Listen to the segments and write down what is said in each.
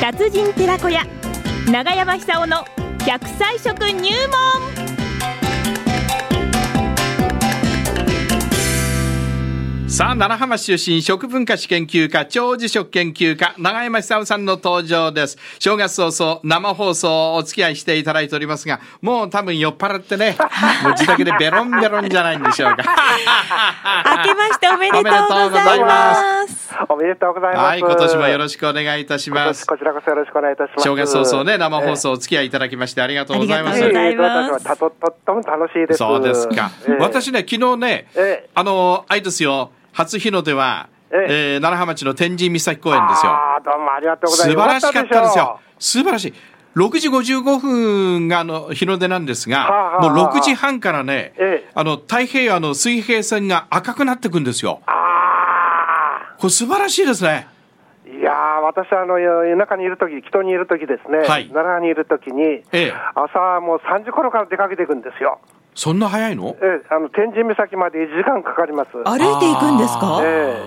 達人寺子屋長山久夫の百歳食入門さあ、奈良浜市出身、食文化史研究家、長寿食研究家、長山久夫さんの登場です。正月早々、生放送お付き合いしていただいておりますが、もう多分酔っ払って ね、もう自宅でベロンベロンじゃないんでしょうか。明けましておめでとうございますおめでとうございます。はい、今年もよろしくしくお願いいたしお願まいします。す。こちらこそよろしくお願いいたします。正月早々ね、生放送お付き合いいただきましてありがとうございまえあすりがとうございますえ。ええ私はたととっても楽しいです。そうですか。ええ私ね、昨日ね、ええあの、あれですよ、初日の出は、えええー奈良浜町の天神岬公園ですよ。ああ、どうもありがとうご素ざい晴まらす。しかったですよよ。素晴らしい。6時55分があの日の出なんですが、はあはあもう6時半からね、ええあの太平洋の水平線が赤くなってくんですよ。あこれ素晴らしいですね。あ、いやー私はあの、夜中にいるとき、人にいるときですね、はい奈良にいるときに、ええ朝もう3時頃から出かけていくんですよ。そんな早いのええあの、天神岬まで1時間かかります。歩いていくんですかええ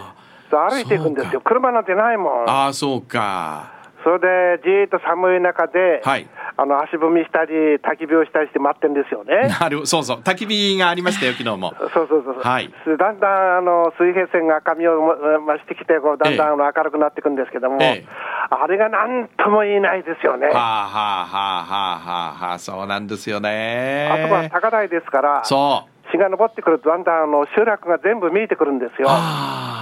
そう歩いていくんですそうよ。車なんてないもん。ああ、そうか。それで、じーっと寒い中で、はいあの足踏みしたり、焚き火をしたりして待ってるんですよね。なるそうそう。焚き火がありましたよ、昨日も。そうそうそうそう、はいだんだんあの水平線が赤みをも増してきてこう、だんだんあの明るくなっていくんですけども、ええあれがなんとも言えないですよね。はああはあはあはあはあはあ、そうなんですよね。そこは高台ですから、そう。日が昇ってくると、だんだんあの集落が全部見えてくるんですよ。あ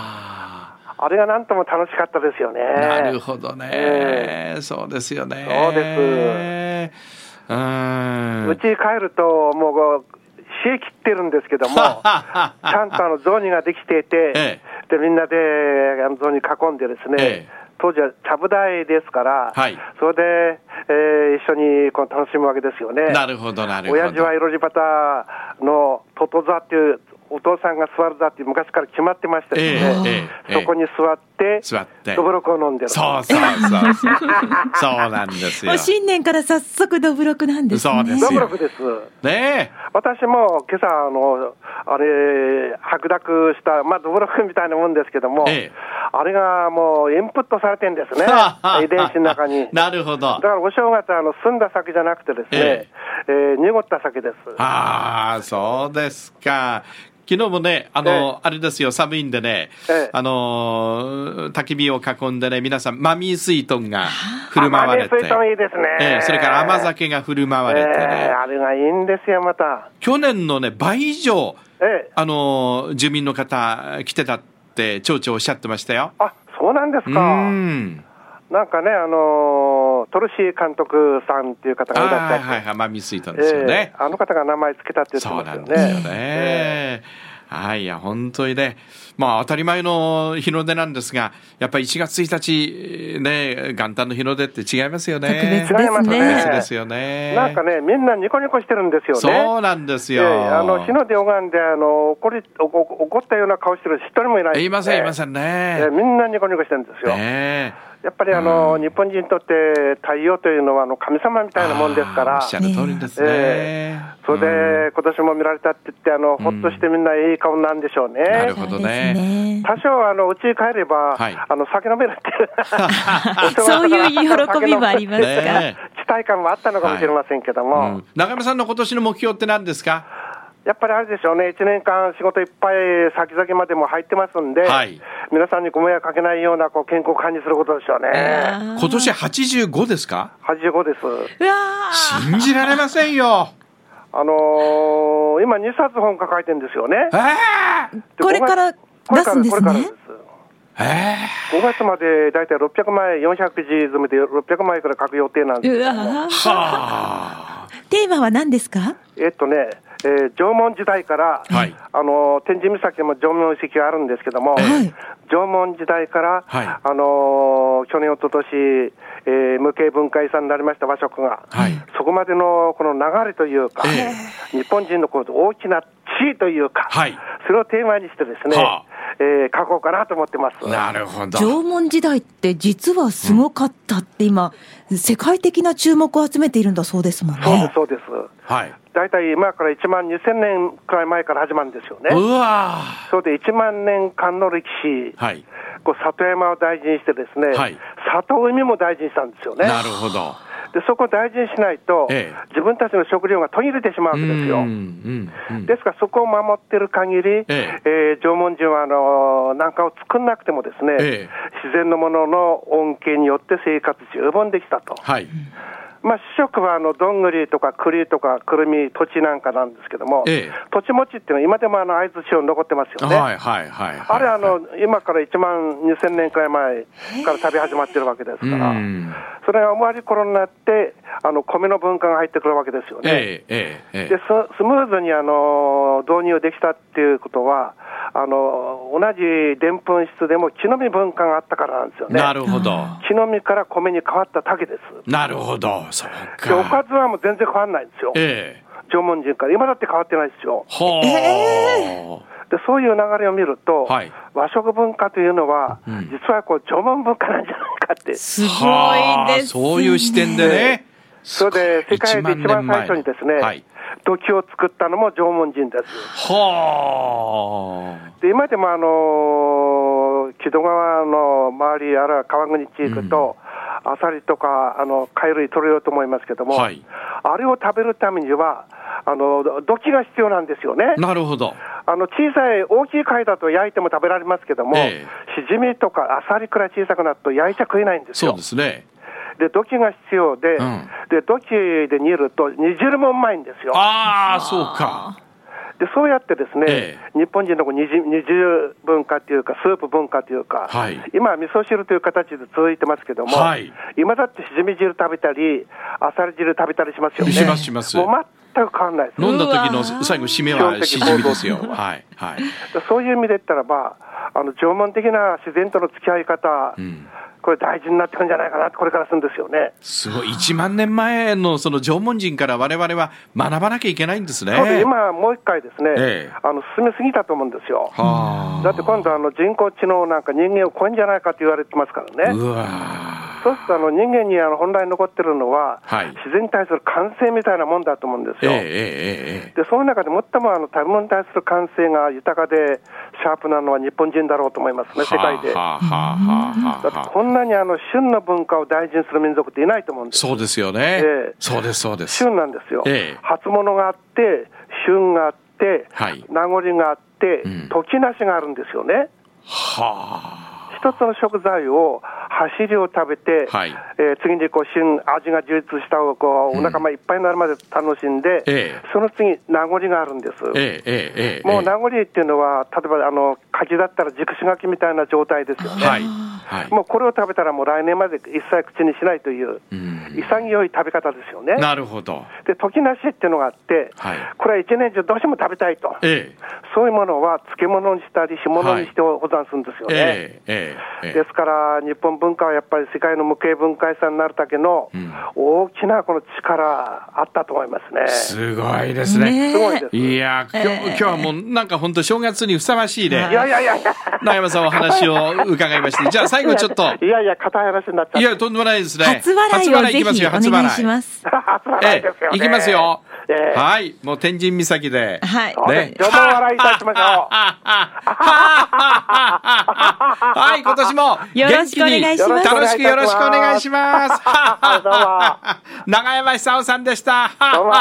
あれがなんとも楽しかったですよね。あ、なるほどえね。そうですよね。そうでうーん。うちに帰ると、もうこう冷え切ってるんですけ ども、ちゃんとあの雑煮ができていて、えでみんなであの雑煮囲んでですね、ええ当時はちゃぶ台ですから、はいそれで、えー一緒にこう楽しむわけですよね。なるほど、なるほど。親父は色地バタのトト座っていう、お父さんが座る座って昔から決まってましたよええね、ええそこに座って、座ってどぶろくを飲んでる。そうそうそうそう。そうなんですも よう。新年から早速どぶろくなんですね。そうですよどぶろくです。ね私も今朝あの、あれ、白濁した、まあ、どぶろくみたいなもんですけども、ええあれがもうインプットされてんです え。、ね遺伝子の中に。だ なるほどか。らお正月、あの澄んだ酒じゃなくてですね、えー濁った酒です。ああ、そうですか。昨日もね、あの、あれですよ、寒いんでね、ええあのー、焚き火を囲んでね、皆さん、マミースイートンが振る舞われて、あマミースイートンいいですねええそれから甘酒が振る舞われてね、えーあれがいいんですよ、また。去年のね、倍以上、ええあのー、住民の方、来てたって、町長おっしゃってましたよ。あそうなんですうか。ん。なんかね、あのートルシー監督さんっていう方あがいらっしゃあ、って、はいはい、マミースイートンですよねえ。えあの方が名前つけたって言ってそうまなすよんね。ですよね。えはい、いや、本当にね、まあ、当たり前の日の出なんですが、やっぱり1月1日、ね、元旦の日の出って違いますよね。特別違いますねです特別ね。ですよね。なんかね、みんなニコニコしてるんですよね。そうなんですよ。ええあの日の出拝んであの怒りおこ怒ったような顔してる人一人もいない、いません、いまん、せんえね。えみんなニコニコしてるんですよ、ねやっぱりあの、日本人にとって太陽というのはあの神様みたいなもんですかあらーおっしゃる通りですね。えそれで、うん今年も見られたって言ってあのほっとしてみんないい顔なんでしょうね、なるほどね多少あのうちに帰れば、はいあの酒飲めるって いうお正そう月だからいう喜びもあり ますねか。え期待感もあったのかもしれませんけども、うん中山さんの今年の目標って何ですかやっぱりあれでしょうね、1年間仕事いっぱい先々までも入ってますんで、はい皆さんにご迷惑かけないようなこう健康を管理することでしょうね。あー今年85ですか85です。うわー信じられませんよ。あのー、今2冊本抱えてるんですよねえ。えでこれから出すんでこすれからこ。れからねですええ5月までだいたい600枚、400字詰めて600枚くらい書く予定なんですうけどもわーはあ。テーマは何ですかえっとね、えー縄文時代から、はいあのー天神岬にも縄文遺跡があるんですけども、はい縄文時代から、はいあのー去年、おととし、えー無形文化遺産になりました和食が、はいそこまでのこの流れというか、え日本人のこう大きな地位というか、はいそれをテーマにしてですね、はあえー書こうかなと思ってます。なるほど。縄文時代って実はすごかったって今、世界的な注目を集めているんだそうですもんそうでねす、。そうです。はい。大体今から1万2000年くらい前から始まるんですよね。うわそれで1万年間の歴ー、史はい、こう里山を大事にしてですね、はい里海も大事にしたんですよね。なるほど。でそこを大事にしないと、ええ自分たちの食料が途切れてしまううんですんよ。うんうんですから、そこを守ってる限り、ええー縄文人はあのーなんかを作んなくても、ですね、ええ自然のものの恩恵によって生活十分できたと、はい、まあ、主食はあのどんぐりとか栗とかくるみ、土地なんかなんですけども、ええ土地持ちっていうのは、今でもあの会津地方に残ってますよね。はいはいはいはい。あれあの、今から1万2000年くらい前から旅始まってるわけですうから、ん、それが思わり頃になって、あの米の文化が入ってくるわけですよね。えええええでススムーズにあの導入できたっていうことは、あの同じでんぷん質でも木の実文化があったからなんですよえね、なるほど。木の実から米に変わっただけです。なるほど、そうでおか。かずはもう全然変わんないんですよ、ええ縄文人から、今だって変わってないですよ、ほう、でそういう流れを見ると、はい和食文化というのは、ん実はこう縄文文化なんじゃないかって、すごいはあです、ね。そういう視点でね。それで世界で一番最初にですね、はい。土器を作ったのも縄文人です。はあ。で今でもあの木戸川の周り、あるいは川国地区と、アサリとかあの貝類取れようと思いますけども、はいあれを食べるためには、あの土器が必要なんですよね。なるほど。あの小さい、大きい貝だと焼いても食べられますけども、ええしじみとかアサリくらい小さくなると焼いちゃ食えないんですそうよで。すね。で土器が必要で、うんで土器で煮ると煮汁もうまいんですよ。ああ、そうか。でそうやってですね、え日本人のこう二次二重文化というか、スープ文化というか、はい今は味噌汁という形で続いてますけども、はい今だってしじみ汁食べたり、あさり汁食べたりしますよね。しますしますもう全く変わんないです。飲んだ時うわのー最後締めはしじみですよ。はいはい。そういう意味で言ったらば、あの縄文的な自然との付き合い方、んこれ大事になってくるんじゃないかなってこれからするんですよね。すごい1万年前のその縄文人から我々は学ばなきゃいけないんですね。そうで今もう一回ですね、ええあの進みすぎたと思うんですよ。はあ。だって今度あの人工知能なんか人間を超えんじゃないかと言われてますからね。うわそうするとあの人間にあの本来残ってるのは、はい自然に対する感性みたいなもんだと思うんですー。えよ。えええええでその中で最もあの食べ物に対する感性が豊かでシャープなのは日本人だろうと思いますね、世界で。はあはあはあはあはだってあ。こんなにあの旬の文化を大事にする民族っていないと思うんです。そうですよね。ええそうです、そうです。旬なんですよ。ええ初物があって、旬があって、はい名残があって、うん時なしがあるんですよね。はあ。一つの食材を走りを食べて、はいえー次にこう旬、味が充実したをこうお腹がいっぱいになるまで楽しんで、ええその次、名残があるんです。ええええええ。もう名残っていうのは、例えばあの柿だったら熟し柿みたいな状態ですよね。はい。はい。もうこれを食べたらもう来年まで一切口にしないという、うん潔い食べ方ですよね。なるほど。で、時なしっていうのがあって、はいこれは一年中どうしても食べたいと。えそういうものは漬物にしたり、干物にして保存するんですよえね。えええええですから、日本文化はやっぱり世界の無形文化遺産になるだけのん大きなこの力、あったと思いますね。すごいですねね。えすごいです。いいやー、今日、今日はもうなんか本当正月にふさわしいね。やいやいやいや、長山さんお話を伺いまして。じゃあ最後ちょっと。いやいや、硬い話になっちゃい っや、とんでもないですね。初笑きいをぜますひよお願いします。た。初笑えいですよえ、ね。いきますよ。ええはい。もう天神岬で。はい。そうです よ。どうも笑いいたしましょう。はい、今年もよろしくお願いします楽しくよろしくお願いします。 どうも長山久夫さんでした。どうも